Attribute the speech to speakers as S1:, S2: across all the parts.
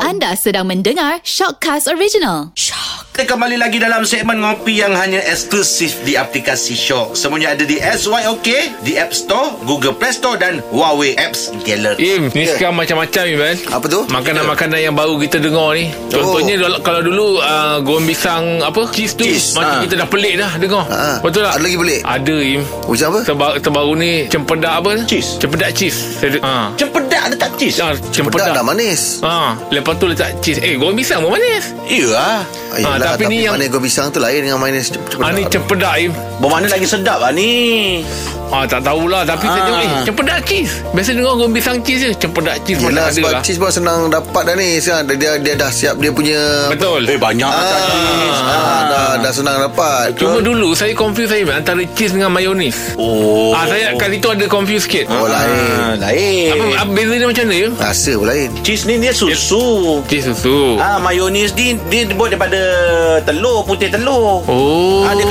S1: Anda sedang mendengar Shockcast Original.
S2: Kita kembali lagi dalam segmen ngopi yang hanya eksklusif di aplikasi Shock. Semuanya ada di SYOK, di App Store, Google Play Store dan Huawei Apps Gallery.
S3: Im, Eh, ni sekarang macam-macam Iman.
S4: Apa tu?
S3: Makanan-makanan yang baru kita dengar ni. Contohnya oh. kalau dulu uh, goreng pisang apa cheese tu
S4: Cheese,
S3: macam
S4: ha.
S3: kita dah pelik dah dengar.
S4: Ha.
S3: Betul tak?
S4: Ada lagi pelik?
S3: Ada Im.
S4: Macam apa?
S3: Terbaru, terbaru ni cempedak apa? ni?
S2: Cheese.
S3: Cempedak cheese. Saya- Ha.
S2: Cempedak ada tak cheese?
S3: Ah,
S4: Pedak
S3: cempedak.
S4: dah manis.
S3: Ha, lepas tu letak cheese. Eh, goreng pisang pun manis.
S2: Ya lah.
S3: Ah,
S4: Ayolah,
S3: tapi
S4: tapi,
S3: ni yang-
S4: manis goreng pisang tu lain dengan manis cem-
S3: Ha, ni
S4: cempedak.
S3: cempedak Im.
S2: Bermakna lagi sedap lah ni.
S3: Ha, tak tahulah tapi saya
S2: Ah.
S3: tengok eh cempedak cheese. Biasa dengar goreng pisang cheese je. Cempedak cheese
S4: Yelah
S3: mana ada
S4: sebab
S3: lah.
S4: cheese pun senang dapat dah ni sekarang. Dia, dia, dia dah siap dia punya
S3: Betul.
S2: Eh banyak lah tak cheese.
S4: Ah, dah, dah senang dapat
S3: Cuma dulu saya confuse saya Im, antara cheese dengan mayonis.
S2: Oh.
S3: Ah, saya kat situ ada confuse sikit.
S4: Oh lain
S2: Ah, lain.
S3: Apa, apa beza dia macam mana ya?
S4: Rasa pun lain
S2: Cheese ni dia susu.
S3: Cik susu.
S2: Ah, mayonis ni dia dibuat daripada telur, putih telur.
S3: Oh.
S2: Ah, dia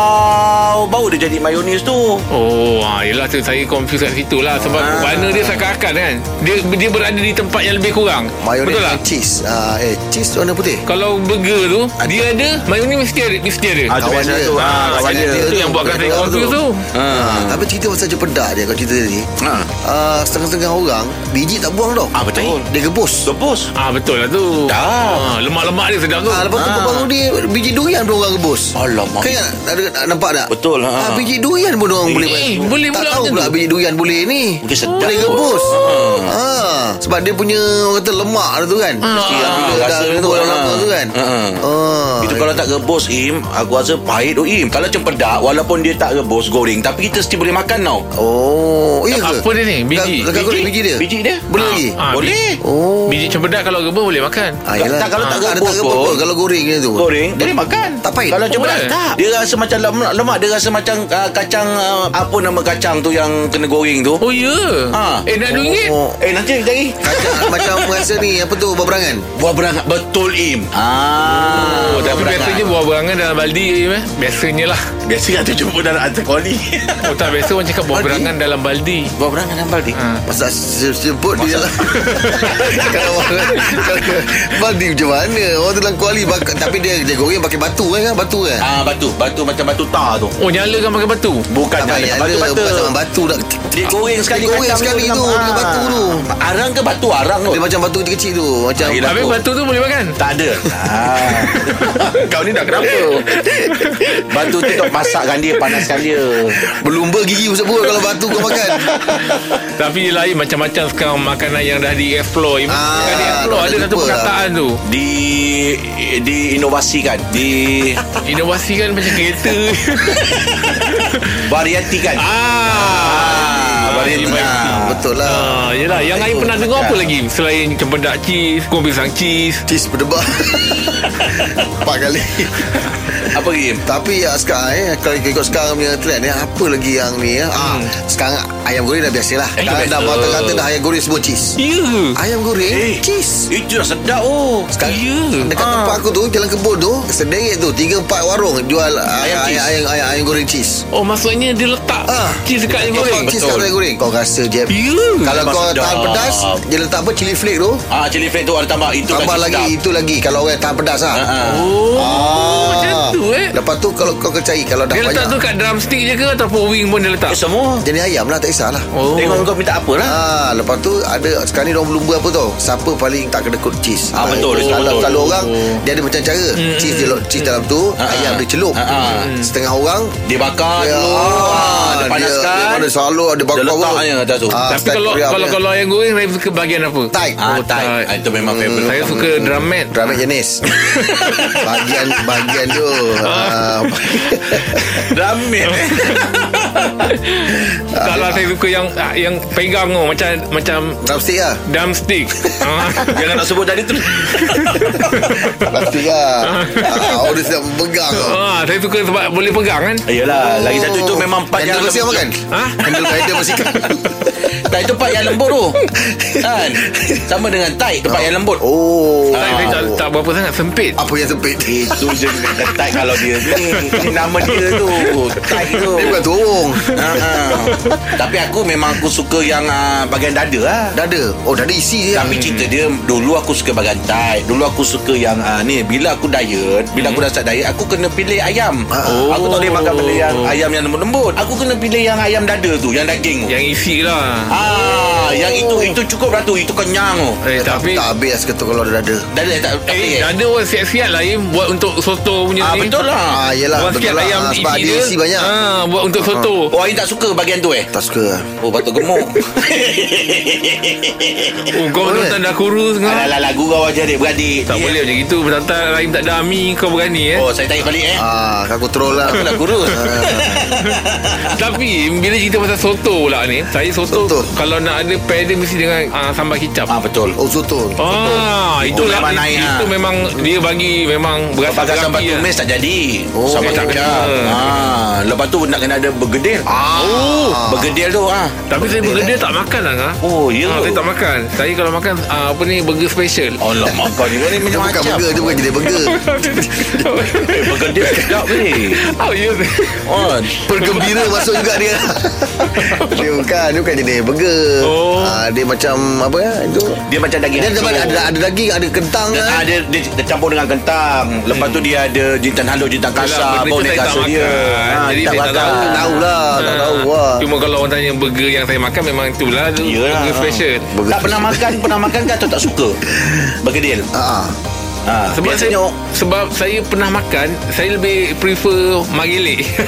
S2: kacau. Baru dia jadi mayonis tu.
S3: Oh, ha, yelah tu saya confuse kat situ lah sebab
S2: Ah.
S3: warna dia seakan-akan kan. Dia dia berada di tempat yang lebih kurang.
S4: Mayonis
S3: Betul lah.
S4: dengan
S3: tak?
S4: cheese ah, Eh cheese tu warna putih
S3: Kalau burger tu dia ada mayonis mesti ada mesti ada.
S2: Ah, tu
S4: Kawan
S2: biasa
S4: dia.
S2: tu. Ah,
S4: Ah,
S2: kawan
S4: kawan
S2: dia.
S3: Itu
S4: tu,
S3: yang buatkan saya
S4: bukan
S3: confuse tu.
S4: tu. ah, Tapi cerita pasal cempedak dia Kalau cerita tadi
S2: Ah.
S4: ah, Setengah-setengah orang Biji tak buang tau
S2: Ah, betul.
S4: Dia gebus
S2: Gebus.
S3: Ah betul lah tu.
S2: Dah.
S3: Ah, lemak-lemak dia sedap tu.
S4: Ah, lepas tu
S2: Ah.
S4: baru dia Biji durian pun orang rebus
S2: Alamak.
S4: Kau ingat ada, Nampak tak
S2: Betul, ha.
S4: ah, Biji durian pun orang boleh
S3: eh, boleh
S4: Tak
S3: pula
S4: tahu
S3: macam
S4: pula
S3: tu.
S4: biji durian boleh ni
S2: Mungkin sedap
S4: Boleh
S2: kot.
S4: rebus ha. Sebab dia punya Orang kata lemak dia tu kan Mesti
S3: Ah,
S4: bila dah
S2: rasa
S4: dia tu
S2: pun,
S4: orang
S2: ah.
S4: lama tu kan
S2: Ah, ah.
S4: Ah.
S2: Itu kalau tak rebus Im Aku rasa pahit tu Im Kalau cempedak Walaupun dia tak rebus goreng Tapi kita still boleh makan tau
S4: Oh Iya ke
S3: Apa dia ni? Biji.
S4: Dekat kulit
S2: Biji?
S4: biji dia
S2: Biji dia?
S4: Boleh
S3: Ah,
S4: lagi
S3: ah,
S2: Boleh.
S3: biji-
S4: Oh
S3: Biji cempedak kalau rebus boleh makan.
S4: Ah, yelah.
S2: Tak, kalau tak
S4: Ah,
S2: rebus
S4: dia tak
S2: pun.
S4: rebus Kalau goreng dia tu
S2: Goreng
S4: Dia-
S2: Boleh makan
S4: Tak pahit
S2: Kalau cempedak
S3: Boleh.
S2: tak Dia rasa macam lemak, lemak Dia rasa macam uh, kacang uh, Apa nama kacang tu Yang kena goreng tu
S3: Oh ya.
S2: Ah.
S3: Eh nak duit.
S4: Oh.
S2: Eh nanti lagi
S4: Macam, macam rasa ni Apa tu Berberangan
S2: Buah berangat Betul Im Ah,
S3: Oh, tapi
S2: buah berangat.
S3: biasanya buah berangan dalam baldi je eh. Biasanya lah
S2: Biasa kata jumpa dalam atas koli
S3: Oh tak biasa orang cakap buah
S2: Baldi?
S3: berangan dalam baldi
S2: Buah berangat dan baldi
S3: ha.
S4: Pasal sebut dia lah Kalau orang kalau- Baldi macam mana Orang tu dalam kuali bakar, Tapi dia dia goreng pakai batu kan Batu kan
S2: Ah batu Batu macam batu tar tu
S3: Oh nyalakan pakai batu
S2: Bukan
S4: Tak payah
S2: yang
S4: ada
S2: batu-batu
S4: Bukan sama batu nak
S2: Dia goreng sekali
S4: Dia goreng
S2: kacang
S4: sekali
S2: dengan-
S4: tu, dengan
S2: ah.
S4: batu tu.
S2: Arang ke batu arang tu
S4: Dia macam batu kecil tu Macam
S2: Ah, yelah.
S3: Habis
S2: Batu.
S3: batu tu boleh makan
S2: Tak ada ah. Kau ni dah kenapa Batu tu kau masakkan dia Panaskan dia
S4: Berlumba gigi Ustaz Pur Kalau batu kau makan
S3: Tapi lain macam-macam sekarang Makanan yang dah di-explore Im-
S4: Ah,
S3: Bukan di-explore
S4: dah
S3: Ada satu
S4: jumpa lah.
S3: perkataan tu
S2: Di Diinovasikan Di
S3: Inovasi kan macam kereta
S2: Variatikan
S3: Ah,
S2: variety.
S3: baik.
S2: Ah.
S4: Betul lah
S3: Ah, yelah, yang lain pernah dengar apa lagi? Selain cempedak cheese, kuah pisang cheese.
S4: Tis berdebar Empat kali
S2: Apa game
S4: Tapi ya, sekarang eh, Kalau ikut sekarang punya trend eh, Apa lagi yang ni eh? ah, Sekarang ayam goreng dah biasalah
S3: Eh,
S4: Dah, Eh.
S3: biasa.
S4: dah kata dah ayam goreng semua cheese
S3: Ya.
S4: Ayam goreng
S2: Eh.
S4: cheese
S2: Itu dah sedap oh
S4: Sekarang
S3: Ya.
S4: Dekat
S2: Ah.
S4: tempat aku tu Jalan kebun tu Sederet tu Tiga empat warung Jual ayam
S2: cheese.
S4: ayam, ayam, ayam, ayam goreng cheese
S3: Oh, maksudnya dia letak
S4: Ah.
S3: cheese dekat ayam goreng.
S4: Letak cheese kat ayam goreng Kau rasa je
S3: Ya.
S4: Kalau
S2: Memang
S4: kau
S2: sedap.
S4: tahan pedas Dia letak apa Cili flake tu
S2: Ah, cili flake tu ada tambah itu
S4: Tambah
S2: kasi
S4: lagi
S2: sedap.
S4: Itu lagi Kalau orang tahan pedas lah
S2: Ah, ah.
S3: Oh,
S4: Ah.
S3: macam tu eh.
S4: Lepas tu kalau kau kecai Kalau dah
S3: Dia letak tu
S4: banyak
S3: kat drumstick je ke ataupun wing pun dia letak?
S2: Eh, semua
S4: Jenis ayam lah tak kisahlah
S3: Oh.
S2: Tengok kau minta apa lah
S4: Ah, lepas tu ada sekarang ni orang berlumba apa tau? Siapa paling tak kedekut cheese?
S2: Ah, betul, betul,
S4: Kalau
S2: betul.
S4: kalau orang
S3: Oh.
S4: dia ada macam cara.
S3: Hmm,
S4: Cheese dia lo- cheese dalam tu,
S3: Ha,
S2: Ah,
S4: ayam
S2: ah.
S4: dia celup.
S2: Ah, ah.
S4: Setengah orang
S2: Dia bakar
S4: dia,
S2: dulu ah, Dia panaskan
S4: Ya Dia, ada selalu ada bakar Ah,
S2: Dia letak je atas tu.
S3: Tapi kalau kalau kalau ayam goreng saya suka bahagian apa?
S4: ya. Thai.
S2: Ah,
S3: Oh,
S2: Thai. Hmm.
S3: Thai.
S2: Ah, Itu memang favourite
S3: Saya suka drumet.
S4: Ramen jenis Bahagian Bahagian tu ah,
S2: Ramen eh.
S3: Tak lah saya suka yang ah, yang pegang tu macam macam
S4: Drumstick lah
S3: drumstick. Ah,
S2: Jangan nak sebut tadi tu
S4: Drumstick lah ah, Orang sedang pegang tau.
S3: ah, saya suka sebab boleh pegang kan.
S2: Yelah Ah, Lagi satu itu memang
S4: Handle kan?
S2: panjang
S4: masih makan
S3: Ha?
S4: Handle rider masih makan
S2: Thai tu part yang lembut tu Kan Sama dengan Thai tu part yang lembut
S4: Oh
S3: Thai dia tak, tak berapa sangat sempit
S4: Apa yang sempit
S2: Itu je Thai kalau dia ni Ni Nama dia tu Thai tu
S4: Dia bukan turung
S2: Ha, ha. Tapi aku memang aku suka yang uh, bagian dada lah.
S4: Dada Oh dada isi je
S2: Tapi cerita dia Dulu aku suka bagan Thai Dulu aku suka yang uh, Ni bila aku diet Bila aku dah start diet Aku kena pilih ayam
S4: Oh.
S2: Aku tak boleh makan benda yang Ayam yang lembut-lembut Aku kena pilih yang ayam dada tu Yang daging tu
S3: Yang isi lah
S2: Ah, yang
S3: Oh.
S2: itu itu cukup dah tu. Itu kenyang tu.
S3: Eh, tapi
S4: Tak habis kata kalau ada dada
S2: Dah dah tak tak
S3: Eh,
S2: boleh.
S3: dada orang sihat-sihat lah Im Buat untuk soto punya
S2: Ah,
S3: ni
S2: betul lah.
S4: Ah, yelah
S3: Orang
S4: betul
S3: sihat
S4: lah
S3: ayam
S4: Ah, Sebab
S3: isi
S4: dia isi banyak
S3: ah, Buat untuk soto
S2: Oh, Ain tak suka bagian tu eh?
S4: Tak suka lah
S2: Oh, patut gemuk.
S3: Oh, kau
S4: Ah. Boleh.
S3: nonton dah kurus kau
S2: Alah, alah, lagu kau aja adik-beradik.
S3: Tak boleh macam itu Bertata Rahim tak ada ami Kau berani eh
S2: Oh, saya tarik balik eh.
S4: Ah, aku troll lah
S2: Aku nak kurus.
S3: Tapi Bila cerita pasal soto pula ni Saya soto,
S4: Soto.
S3: Kalau nak ada pair dia Mesti dengan ah, sambal kicap
S2: Ah, betul.
S4: Oh soto
S3: Ah, itu lah
S2: memang naik,
S3: itu
S2: ah.
S3: memang dia bagi memang berasa
S2: Pakai sambal
S3: berapi lah.
S2: tumis tak jadi.
S4: Oh,
S2: sambal
S3: tak
S2: tak
S3: kena.
S2: Ah, lepas tu nak kena ada bergedil. Ah, oh. bergedil tu ah.
S3: Tapi saya burger dia tak makan lah Ngah.
S2: Oh, ya.
S3: Ah, saya tak makan. Saya kalau makan ah, apa ni burger special.
S2: Alamak kau ni kau ni
S4: Dia bukan
S2: macam-macam.
S4: burger Dia bukan kedai burger
S2: Eh, Bergedil sedap ni.
S3: oh, ya.
S2: Oh,
S4: Pergembira masuk juga dia Dia bukan Dia bukan jenis burger
S3: Oh.
S4: ah, Dia macam Apa ya Itu
S2: dia macam daging
S4: Dia ada,
S2: hancur.
S4: ada, ada daging Ada kentang
S2: Dan, ah,
S4: kan?
S2: dia, dia, dia campur dengan kentang Lepas tu dia ada jintan halus, jintan kasar
S3: Hmm. benda
S2: Bau
S3: tu
S2: dia
S3: saya tak
S2: kasar dia
S3: makan.
S2: Ah,
S3: Jadi
S2: dia
S3: saya tak
S4: Tak tahu lah Tak
S3: Ah.
S4: tahu lah
S3: Cuma kalau orang tanya burger yang saya makan memang itulah tu
S2: Yelah.
S3: burger special.
S4: Burger
S2: Ya. Tak pernah makan, pernah makan ke atau tak suka? Bergedil
S4: Ah,
S2: ha,
S3: Sebab saya, sebab saya pernah makan, saya lebih prefer margelik.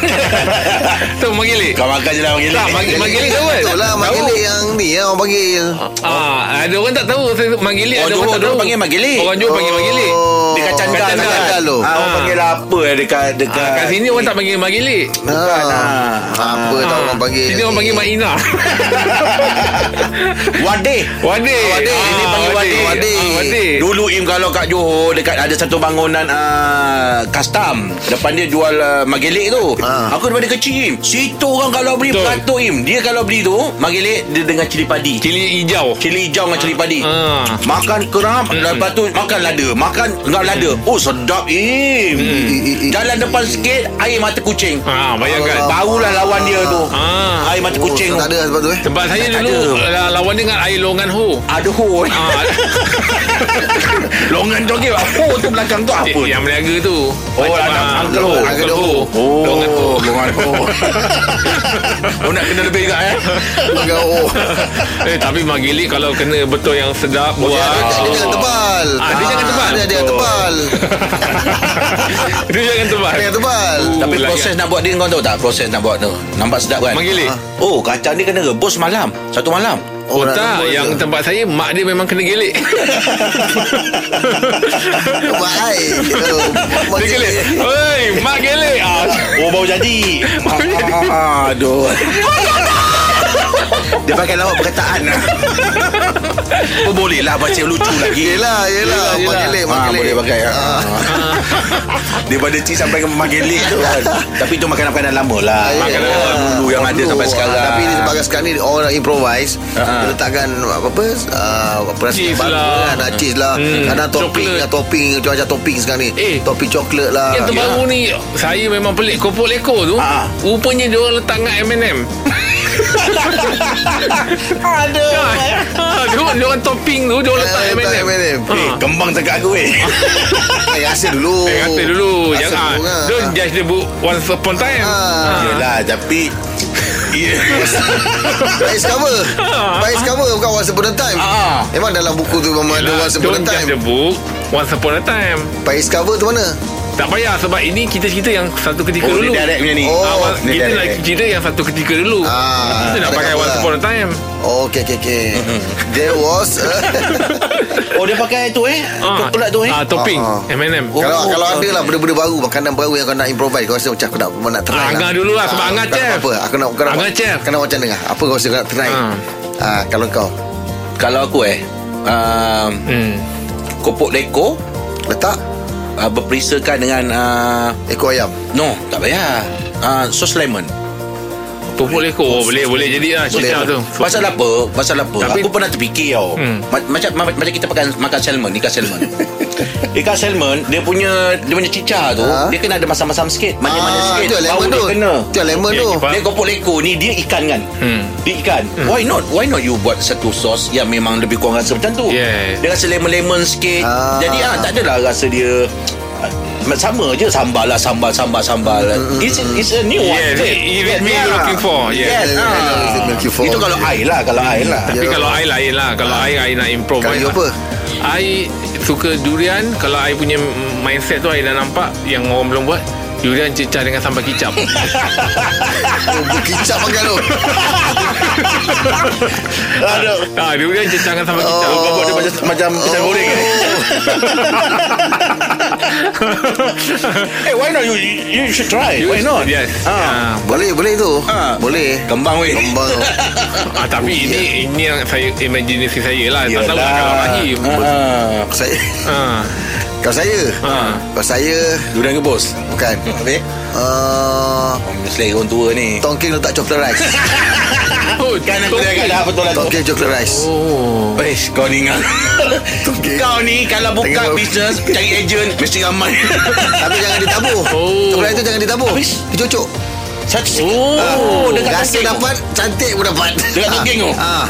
S3: Tahu margelik?
S2: Kau makan je lah bergedil
S3: Tak, magi- margelik tahu kan?
S4: Betul lah Margelik yang ni ya, Orang panggil
S3: Ah, ada orang tak tahu saya manggil
S2: Oh, dia
S3: ada
S2: orang-
S3: orang tak
S2: dia
S3: tahu.
S2: orang panggil margelik.
S3: Orang jual
S4: Oh.
S3: panggil margelik.
S2: Dekat candal
S3: Dekat
S2: kan?
S4: candal tu.
S2: Ah, Orang panggil apa eh, Dekat
S3: Ah,
S2: Dekat
S3: kat sini orang tak panggil margelik.
S4: Ah,
S2: ah.
S4: Apa tahu orang panggil
S3: Sini orang Ah. panggil Mak Ina.
S2: Wadih
S3: Wadik.
S2: Wadik. Ini panggil wadik.
S3: Wadik. Ah, wadik.
S2: Dulu Im kalau kat Johor dekat ada satu bangunan uh, custom. Depan dia jual uh, magelik tu.
S4: Ah.
S2: Aku daripada kecil Im. Situ orang kalau beli
S3: Betul.
S2: beratur Im. Dia kalau beli tu magelik dia dengan cili padi. Cili,
S3: Cili hijau.
S2: cili hijau dengan cili padi.
S3: Ah. Hmm.
S2: Makan kerap Lepas tu makan lada Makan dengan lada Oh sedap Im
S3: Hmm.
S2: Jalan depan sikit Air mata kucing
S3: Ha, bayangkan.
S2: Barulah lawan dia tu
S3: Ah.
S2: Air mata kucing
S4: oh,
S2: tu
S4: Tak ada sebab tu eh
S3: Sebab saya
S2: Tak
S3: dulu la- lawan dia dengan air longan ho.
S2: Aduh
S3: Ah,
S2: Longan joget Apa tu belakang tu apa
S3: yang meniaga tu.
S2: Oh,
S3: Macam,
S2: anak
S3: ah,
S2: Uncle Ho.
S3: Uncle Ho.
S2: Oh,
S3: Longan ho.
S2: Longan ho. oh, nak kena lebih juga eh.
S4: Bukan, oh.
S3: Eh, tapi margelik kalau kena betul yang sedap buat.
S4: ya, Dia dia jangan tebal
S3: Ah, dia jangan tebal. Oh.
S4: Dia dia jangan tebal
S3: Dia jangan tebal.
S4: Dia jangan tebal
S2: Tapi
S3: layan.
S2: proses nak buat dia kau tahu tak? Proses nak buat tu. Nampak sedap kan?
S3: Manggilik.
S2: Oh, kacang dia kena rebus malam. Satu malam.
S3: Oh,
S4: Orang
S3: tak
S4: nombor
S3: Yang
S4: tu.
S3: tempat saya Mak dia memang kena gelik
S4: Buat air gitu.
S3: Dia gelik Hei Mak gelik ah.
S2: Oh, baru jadi. Ah, Aduh. dia pakai lawak perkataan lah. Oh, boleh lah baca lucu lagi.
S4: Yelah Yelah
S2: Yelah, yelah.
S4: Magelik
S2: Ah, boleh pakai. Ah.
S4: Ah.
S2: Daripada cik sampai ke magelik tu kan. Tapi tu makanan-makanan lama lah. Makanan
S4: Ah, Yelah.
S2: dulu yang ada
S4: Dulu.
S2: sampai
S4: Ah,
S2: sekarang.
S4: Tapi ni sebagai sekarang ni Orang nak improvise
S2: Ah.
S4: Dia letakkan Apa-apa ah, Perasaan
S3: Cheese
S4: baru
S3: lah.
S4: kan. Ah, Cheese lah
S3: Hmm.
S4: Kadang topping
S3: Coklat.
S4: lah, Topping Macam-macam topping sekarang ni
S3: Eh.
S4: Topping coklat lah
S3: Yang terbaru ni Saya memang pelik Kopok leko tu
S2: Ah.
S3: Rupanya dia orang letak Dengan M&M
S2: Aduh.
S3: ah, Dia orang- dia orang topping tu Dia orang letak
S4: Eh, letak
S3: M&M
S4: M&M.
S3: Ah.
S2: Eh, kembang cakap aku eh.
S4: Eh, Rasa dulu
S3: Eh kata dulu
S4: Rasa
S3: Jangan
S4: dulu kan.
S3: Don't judge the book Once upon time
S4: Ah.
S3: Ah.
S2: Yelah, tapi...
S4: Vice cover Vice cover Bukan Once Upon a Time
S2: Ah.
S4: Memang dalam buku tu Memang ada
S3: Yelah,
S4: Once Upon a
S3: Don't judge
S4: Time
S3: the book Once upon a time
S4: Vice cover tu mana
S3: Tak payah Sebab ini kita cerita Yang satu ketika
S2: Oh,
S3: dulu
S2: dia direct punya ni.
S4: Oh,
S3: Ah,
S2: ni
S3: kita nak
S2: direct. eh.
S3: cerita yang satu ketika dulu.
S4: Ah,
S3: kita nak
S4: tak
S3: pakai
S4: apa
S3: once
S4: lah.
S3: upon a time.
S4: Oh okay okay okay There was
S2: Oh, dia pakai tu eh.
S3: Ah,
S2: Coklat tu eh.
S3: Ah, topping
S4: Ah, ah.
S3: M&M.
S2: Oh,
S4: Kalau kalau
S2: okay.
S4: ada lah benda-benda baru Makanan baru yang kau nak improvise Kau rasa macam aku nak, nak try
S3: Ah, Angah dulu lah, sebab
S4: Ah,
S3: Angah
S4: kau nak
S3: chef.
S4: Apa Aku nak kau nak
S3: Angah chef.
S4: Kau nak macam mana Apa kau rasa kau nak try
S3: Ah.
S4: Ah, Kalau kau
S2: Kalau aku eh, um,
S3: Hmm.
S2: kopok leko
S4: Letak
S2: uh, berperisakan dengan... Uh,
S4: Ekor ayam
S2: Ah, no, tak payah. Uh, sos lemon.
S3: Pupuk leko oh, Boleh boleh jadi lah Cicah tu
S2: Pasal apa Pasal apa
S3: Tapi-
S2: Tapi, Aku pernah terfikir tau
S3: Hmm.
S2: Ma- Macam ma- macam kita makan, makan salmon Ikan salmon Ikan salmon Dia punya Dia punya cicah tu
S4: Ha?
S2: Dia kena ada masam-masam sikit Manis-manis
S4: Ah,
S2: sikit
S4: tu
S2: Baru
S4: lemon
S2: dia
S4: tu.
S2: kena
S4: Tu lemon
S3: Okey,
S4: tu.
S3: okey, faham.
S2: Dia kopok leko ni Dia ikan kan
S3: Hmm.
S2: Dia ikan Why not Why not you buat satu sos Yang memang lebih kurang rasa macam tu
S3: Yeah.
S2: Dia rasa lemon-lemon sikit
S4: Ah.
S2: Jadi ah, tak adalah rasa dia ah, sama je sambal lah sambal sambal sambal it's, it's a new one
S3: Yes
S2: is it?
S3: It is me
S2: Yeah.
S3: looking for Yes
S2: Yes.
S4: Hmm, Yeah,
S2: ah.
S4: yeah, yeah, yeah. Looking for.
S2: Itu kalau I lah, kalau I lah.
S3: Tapi
S4: Ya.
S3: kalau I lain lah Kalau I, I nak improve
S4: Kalau
S3: I,
S4: you apa?
S3: I suka durian Kalau I punya mindset tu I dah nampak Yang orang belum buat Durian cecah dengan sambal kicap
S4: Oh, Berkicap makan tu. Oh.
S2: Aduh.
S3: ah, Durian cecah dengan sambal kicap
S2: Kau buat dia macam macam pisang goreng eh. Eh, why not you you you should try.
S3: You-
S2: Why not?
S3: Yes
S2: Ah.
S3: ah.
S4: Boleh, boleh tu.
S2: Ah.
S4: Boleh.
S2: Kembang weh.
S4: Kembang tu.
S3: Ah, Tapi ini Ini yang saya Imaginasi saya lah Tak tahu lah kalau Rahim
S2: Ah.
S4: Saya,
S3: ah.
S4: kalau saya.
S3: Ah.
S4: Kalau saya,
S2: Durian ke bos?
S4: bukan.
S2: Habis?
S4: Uh,
S2: Oh, selera orang tua ni.
S4: Tongking letak coklat rice.
S3: Oh,
S2: Kan aku dah dah betulan tu.
S4: Tongking coklat rice.
S3: Oh
S2: Wes, kau ni ngah.
S4: Tongking.
S2: Kau ni kalau buka
S4: Tengok.
S2: bisnes cari ejen mesti ramai.
S4: Tapi jangan ditabur.
S3: Oh.
S4: Coklat itu jangan ditabur.
S2: Habis?
S4: Cucuk.
S2: Satu
S3: Oh,
S2: dekat
S4: Rasa
S2: tongking.
S4: dapat, cantik pun dapat.
S2: Dekat tongking tu? Oh.
S4: Ah.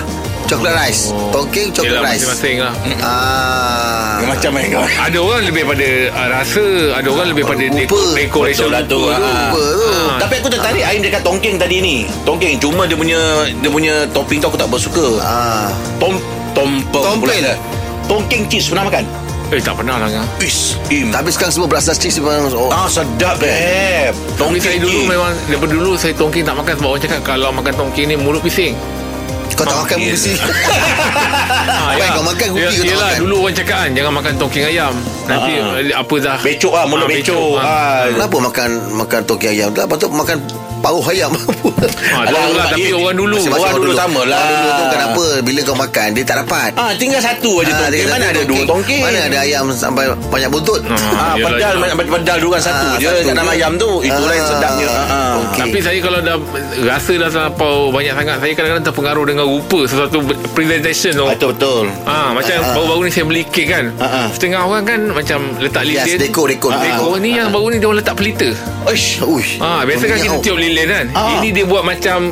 S4: Coklat rice. Tongking coklat
S3: Yelah
S4: rice.
S3: masing-masing lah
S4: Ah.
S2: Ha, Macam main kau.
S3: Ada orang lebih pada ah, Rasa Ada orang lebih pada
S4: rupa.
S3: deko-
S2: Betul
S3: Decoration
S2: lah tu.
S3: rupa
S2: Ah.
S4: Rupa tu.
S2: Ah. Tapi aku tertarik Aim dekat tongking tadi ni. Tongking cuma dia punya dia punya topping tu aku tak bersuka.
S4: Ah.
S2: Tom tompel.
S4: Tompel.
S2: pula. Tongking cheese pernah makan?
S3: Eh tak pernah lah Ngah.
S2: Is im.
S4: Tapi sekarang semua berasas cheese memang oh.
S2: Ah sedap eh.
S3: Tongking
S2: Tongking
S3: saya dulu
S2: cheese.
S3: memang Daripada dulu saya tongking tak makan Sebab orang cakap Kalau makan tongking ni mulut pising
S4: Kau tak makan
S2: Tongking.
S4: mesti
S3: Ah,
S4: Apa
S3: ya.
S4: yang kau makan, rugi
S3: Ya,
S4: kau tak
S3: Yelah
S4: makan.
S3: dulu orang cakap kan Jangan makan tongking ayam Nanti
S2: Ah.
S3: eh, apa dah
S2: Becok ah mulut
S3: Ah,
S2: becok. Ah.
S4: Kenapa makan makan toki ayam? Lepas tu makan paruh ayam
S2: Alah,
S3: Ah, tahu lah
S2: orang-
S3: Tapi
S2: eh,
S3: orang dulu
S2: masih- orang dulu sama lah.
S4: Orang dulu tu kenapa bila kau makan dia tak dapat.
S2: Ah tinggal satu aja
S4: Ah, dia
S2: tongking.
S4: kata
S2: Mana ada dua
S4: tongking.
S2: tongking?
S4: Mana ada ayam sampai banyak buntut?
S2: Ah,
S3: Yelah,
S2: pedal
S3: yelah.
S2: pedal- pedal dulu kan satu
S4: Ah,
S2: je
S4: satu
S2: kat dalam
S4: je.
S2: ayam tu. Itulah yang
S4: Ah,
S2: sedapnya. Ah, ah.
S4: tongking.
S3: Tapi saya kalau dah Rasa dah terlampau Banyak sangat Saya kadang-kadang terpengaruh Dengan rupa Sesuatu be- presentation tu
S2: Betul betul.
S3: Ah, macam baru-baru ni saya beli kek kan
S2: Ah, ah.
S3: Setengah orang kan Macam letak
S4: Yes,
S3: lilin
S4: dekor, dekor,
S3: Ah,
S4: dekor.
S3: Ni yang baru ni Dia orang letak pelita
S2: Oish.
S4: Uish.
S3: Ah, biasa kan kita tiup lilin kan.
S2: Ah.
S3: Ini dia buat macam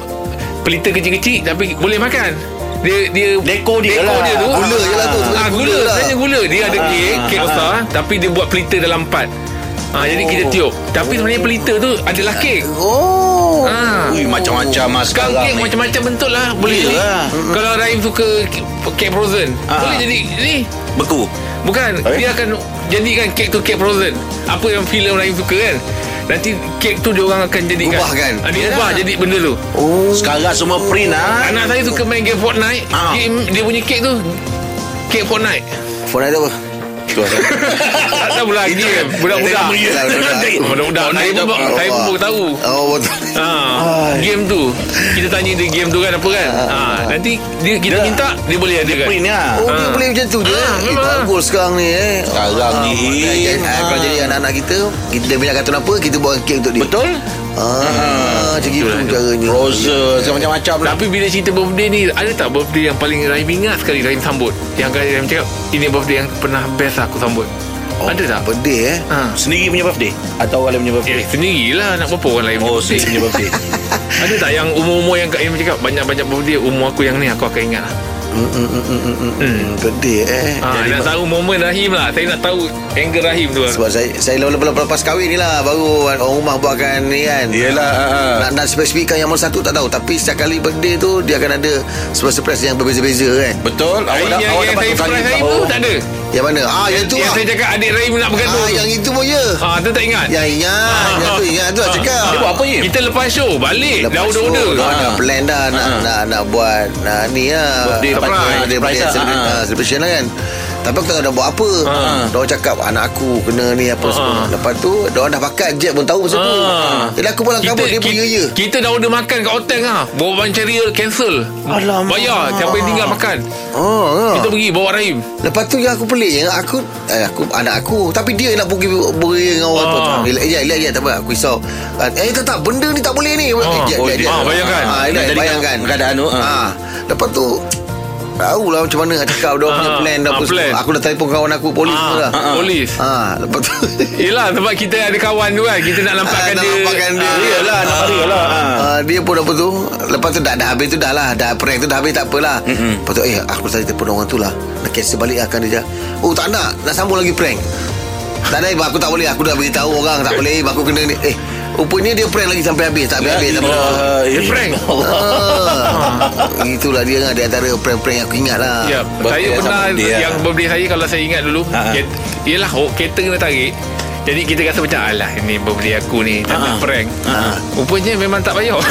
S3: pelita kecil-kecil tapi boleh makan. Dia dia
S2: Dekor dia
S3: dekor
S2: lah.
S3: dia tu.
S4: Gula je lah tu,
S3: Ah,
S4: sebenarnya
S3: gula,
S4: gula lah.
S3: sebenarnya gula. Dia ada kek, kek besar tapi dia buat pelita dalam empat. Ah, jadi kita tiup. Tapi sebenarnya pelita tu adalah kek.
S4: Oh.
S3: Ah.
S2: Ui macam-macam mas
S3: Sekarang kek macam-macam bentuk lah Boleh jadi
S2: Iyalah.
S3: Kalau Rahim suka kek- Kek frozen
S2: Ah.
S3: Boleh jadi Ni
S2: beku.
S3: Bukan
S2: Eh?
S3: Dia akan Jadikan kek tu kek frozen Apa yang filem Rahim suka kan Nanti kek tu Dia orang akan jadikan
S4: Ubahkan.
S3: Ah, Dia
S2: Yelah.
S3: ubah jadi benda tu
S4: Oh.
S2: Sekarang semua print ah.
S3: Anak saya suka main game Fortnite
S2: Ah.
S3: Game dia punya kek tu Kek Fortnite
S4: Phone ada apa?
S3: Tak tahu pula game Budak-budak Budak-budak Saya pun
S2: Fortnite
S3: saya pun baru tahu
S4: Oh, betul.
S3: Ha, game tu Kita tanya dia game tu kan Apa kan ha, Nanti dia, Kita
S2: Dia-
S3: minta Dia boleh ada kan
S2: Print ah.
S4: Oh, dia boleh macam tu je.
S3: Ah,
S4: Eh,
S3: memang.
S4: bagus sekarang ni eh.
S2: Sekarang
S4: Ah,
S2: ni.
S4: maknanya, eh, Kalau jadi anak-anak kita, kita dah minat kata apa, kita buat kek untuk dia.
S2: Betul?
S4: Ah, macam
S3: lah,
S4: gitu caranya.
S2: Rosa segala macam-macam lah.
S3: Tapi bila cerita birthday ni Ada tak birthday yang paling Rahim ingat sekali Rahim sambut Yang kali Rahim cakap Ini birthday yang pernah best lah aku sambut
S2: Oh,
S3: Ada tak?
S4: Pedih eh.
S3: Ha.
S2: Sendiri punya birthday atau orang lain punya birthday?
S3: Eh sendirilah Nak berapa orang lain
S2: Oh,
S3: birthday?
S2: sendiri punya birthday.
S3: Ada tak yang umur-umur yang Kak Im cakap Banyak-banyak birthday Umur aku yang ni aku akan ingat lah
S4: Mm, mm, mm, mm, mm,
S3: Hmm.
S4: mm. Pedih eh.
S3: ha, Nak tahu momen Rahim lah Saya nak tahu angle Rahim tu lah
S4: Sebab saya saya lepas, lepas kahwin ni lah baru orang rumah buatkan ni kan.
S2: Yelah, ah, ah.
S4: Nak, nak spesifikkan yang mana satu tak tahu tapi setiap kali birthday tu dia akan ada surprise-surprise yang berbeza-beza kan.
S2: Betul? Awak
S3: Rahim
S2: dah
S3: yang,
S2: awak
S3: yang
S2: dapat
S3: saya
S2: tukar
S3: surprise Rahim tu
S2: Oh. lah.
S3: tak ada
S4: Yang mana? Ah yang, tu
S3: Yang
S4: ah.
S3: saya cakap adik Rahim nak bergaduh
S4: ah
S3: tu.
S4: yang itu pun ya.
S3: Ha, tu tak ingat
S4: Yang ingat,
S3: Ah.
S4: yang tu ingat tu lah cakap.
S2: Dia buat apa ni?
S3: Kita lepas show Balik Dah
S4: Lepas tu,
S3: order-order
S4: Dah
S2: Ah.
S4: dah plan dah nak, nak, nak buat nak, ni lah.
S2: Birthday
S4: Apa,
S2: party,
S4: Ada
S2: surprise
S4: birthday
S2: lah,
S4: celebra-
S2: ah.
S4: ah, celebration lah kan. Tapi aku tak tahu dah buat apa ha. Diorang cakap Anak aku kena ni apa semua Lepas tu Diorang dah pakat jet pun tahu pasal tu
S3: Ah.
S4: Yelah aku pulang kabut Dia punya ya
S3: Kita dah order makan kat hotel lah Bawa bancaria cancel
S4: Alamak.
S3: Bayar Siapa yang tinggal makan
S4: Oh, ha.
S3: Kita pergi bawa Rahim
S4: Lepas tu yang aku pelik yang aku eh, aku anak aku tapi dia nak pergi beria dengan orang
S3: Ah.
S4: tu. Relax je, relax je tak apa aku risau. Ah, Eh tak tak benda ni tak boleh ni. Eh, jap,
S2: oh,
S4: jap,
S2: dia-
S4: jap.
S3: ah, bayangkan.
S4: Ah, relax,
S2: Jadi
S4: bayangkan
S2: keadaan tu, ah.
S4: Ah. Lepas tu tahu lah macam mana nak cakap dia orang punya
S3: Ah,
S4: plan dah
S3: ah,
S4: apa
S3: plan.
S4: semua. Aku dah telefon kawan aku polis tu
S3: ah,
S4: lah.
S3: ah, Polis
S4: Ah, lepas tu
S3: Yelah sebab kita ada kawan tu kan Kita nak nampakkan
S4: Ah, nak
S3: dia ya.
S4: nampakkan dia.
S3: Yelah nak
S2: Hari lah
S3: ah.
S4: Uh, dia pun apa tu Lepas tu dah, dah habis tu dah lah Dah prank tu dah habis tak apalah Mm-mm. Lepas tu eh aku tadi telefon orang tu lah Nak cancel balik akan dia cakap, Oh tak nak Nak sambung lagi prank Tak nak Ibu, aku tak boleh Aku dah beritahu orang tak boleh Ibu, Aku kena ni Eh rupanya dia prank lagi lah. sampai habis Tak habis-habis tak habis
S3: Dia prank
S4: Ah, Itulah dia kan Di antara prank-prank yang aku ingat lah
S3: Ya,
S2: Betul
S3: saya
S2: sama
S3: pernah
S2: dia.
S3: yang birthday saya kalau saya ingat dulu,
S4: Ah.
S2: Ha, ha.
S3: ket, yelah oh, kereta kena tarik. Jadi kita rasa macam alah ini birthday aku ni tak nak prank. Rupanya memang tak payah.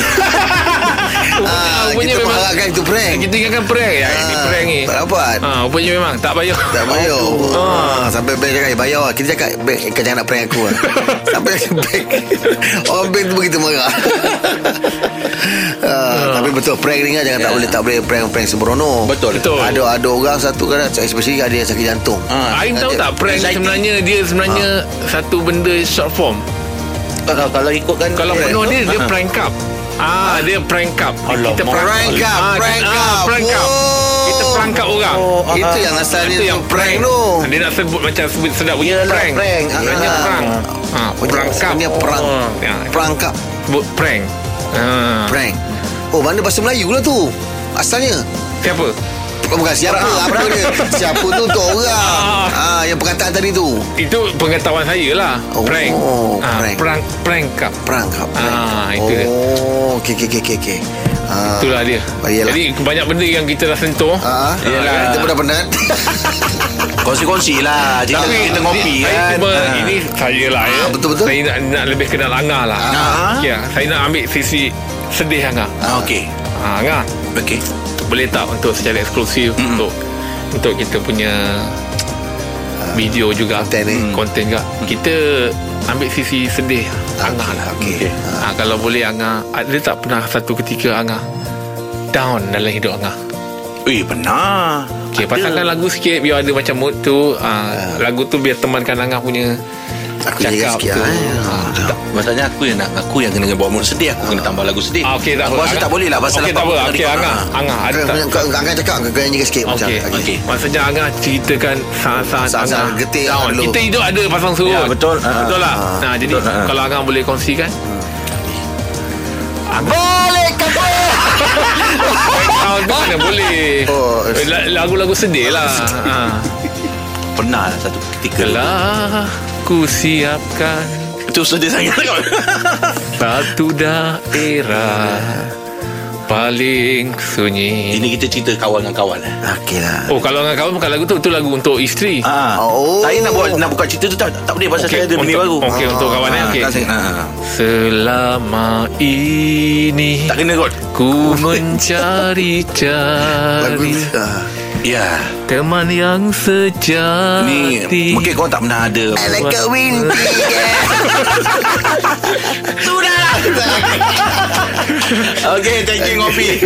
S4: Ah, kita mengharapkan itu prank
S3: Kita ingatkan prank ya, ini
S4: Ah,
S3: prank ni.
S4: Tak dapat
S3: Ha, rupanya memang tak payah.
S4: Tak bayar ah. Sampai bank cakap "Eh, Bayar lah Kita cakap Bank eh, kau jangan nak prank aku lah Sampai bank Orang bank tu begitu marah ah, Tapi betul prank ni kan Jangan tak boleh Tak boleh prank-prank sembrono
S2: Betul
S3: Ya. Betul.
S4: Ada ada orang satu kadang Especially ada yang sakit jantung
S2: Ah,
S3: Aing tahu tak prank
S2: Anxiety.
S3: sebenarnya dia sebenarnya
S4: Ah.
S3: satu benda short form.
S2: Kalau, kalau ikutkan
S3: Kalau
S2: eh,
S3: penuh dia dia
S2: ah.
S3: prank up. Ah, dia prank up.
S2: Alamak.
S4: Prank up,
S3: Ah,
S4: prank
S3: kita- ah,
S4: up.
S3: Prank up.
S4: Oh.
S3: Kita prank up orang.
S4: Ah, Itu yang asalnya
S3: Itu yang prank
S4: tu
S3: Dia nak sebut macam sebut sedap punya
S4: Yelah,
S3: prank
S4: prank.
S3: Sebenarnya
S4: Ah.
S3: prank ha, Prank up
S4: Sebenarnya prank
S3: Oh, ya.
S4: Perangkap
S3: Sebut prank ha.
S4: Prank Oh mana bahasa Melayu lah tu Asalnya
S3: Siapa?
S4: Bukan siapa lah, Apa dia Siapa tu untuk orang
S3: Ah.
S4: ah, Yang perkataan tadi tu
S3: Itu pengetahuan saya lah
S4: Oh,
S3: Prank Ah,
S4: prank.
S3: Prank Prank up
S4: Perangkap
S3: Ah, itu dia.
S4: Oh Okey okey okey okey okey ah,
S3: Itulah dia
S4: Yelah.
S3: Jadi banyak benda yang kita dah sentuh
S4: ah,
S3: Yelah.
S4: Kita pun dah penat
S2: Kongsi-kongsi lah Cerita
S3: Tapi
S2: kita ngopi
S3: saya
S2: kan
S3: eh. cuma
S2: Ah.
S3: Ini saya lah ya.
S4: Ah, betul-betul.
S3: Saya nak, nak lebih kenal Angah lah
S4: Ah.
S3: Okey, ah. Saya nak ambil sisi sedih Angah
S2: Ah, Okey
S3: ah, Angah
S2: Okey
S3: boleh tak untuk secara eksklusif mm untuk untuk kita punya video juga
S4: konten ni.
S3: Hmm, konten juga kita ambil sisi sedih Angah lah
S4: Okey.
S3: ha, kalau boleh Angah ada tak pernah satu ketika Angah down dalam hidup Angah
S2: Eh pernah
S3: Okay, pasangkan lagu sikit biar ada macam mood tu ha, lagu tu biar temankan Angah punya
S4: Aku jaga sikit
S3: tu.
S4: ah.
S2: Tak, Masalahnya aku yang nak Aku yang kena buat mood sedih Aku kena tambah lagu sedih
S3: Ah, okay, tak
S2: Aku
S3: apa.
S2: rasa
S3: Angah-
S2: tak boleh lah Pasal
S3: okay, tak apa. Okay, Angah, Angah ada tak?
S4: Kau kau angkat cakap Kau kena jaga sikit macam
S3: Okey,
S4: Okey.
S3: okey. Maksudnya Angah ceritakan saat-saat
S4: Saat-saat
S3: Angah
S4: getir
S3: down.
S4: Angah dulu.
S3: Kita hidup ada pasang surut.
S2: Ya, betul. Ah,
S3: betul lah.
S2: ah,
S3: nah, jadi
S2: betul, ah.
S3: kalau Angah boleh kongsikan. Boleh kata. Down tu mana boleh. Eh,
S4: Oh.
S3: La- Lagu-lagu sedih lah. ha.
S2: Pernah lah satu ketika
S3: Telah ku siapkan
S2: Itu sedih sangat
S3: satu daerah paling sunyi.
S2: Ini kita cerita kawan dengan kawan eh.
S4: Okey lah
S3: Oh kalau dengan kawan bukan lagu tu tu lagu untuk isteri.
S2: Ah,
S4: Oh.
S2: Saya nak buat nak buka cerita tu tak tak boleh pasal
S3: Okey,
S2: saya ada benda
S3: untuk-
S2: baru.
S3: okey, untuk kawan eh, okey.
S2: tak saya- ah.
S3: Selama ini
S2: Tak kena kot.
S3: Ku mencari-cari
S4: Lagu ah.
S2: Ya.
S3: Teman yang
S2: Ni
S3: sejati
S2: mungkin kau tak pernah ada.
S4: I like a windy
S2: Okey, thank you ngopi.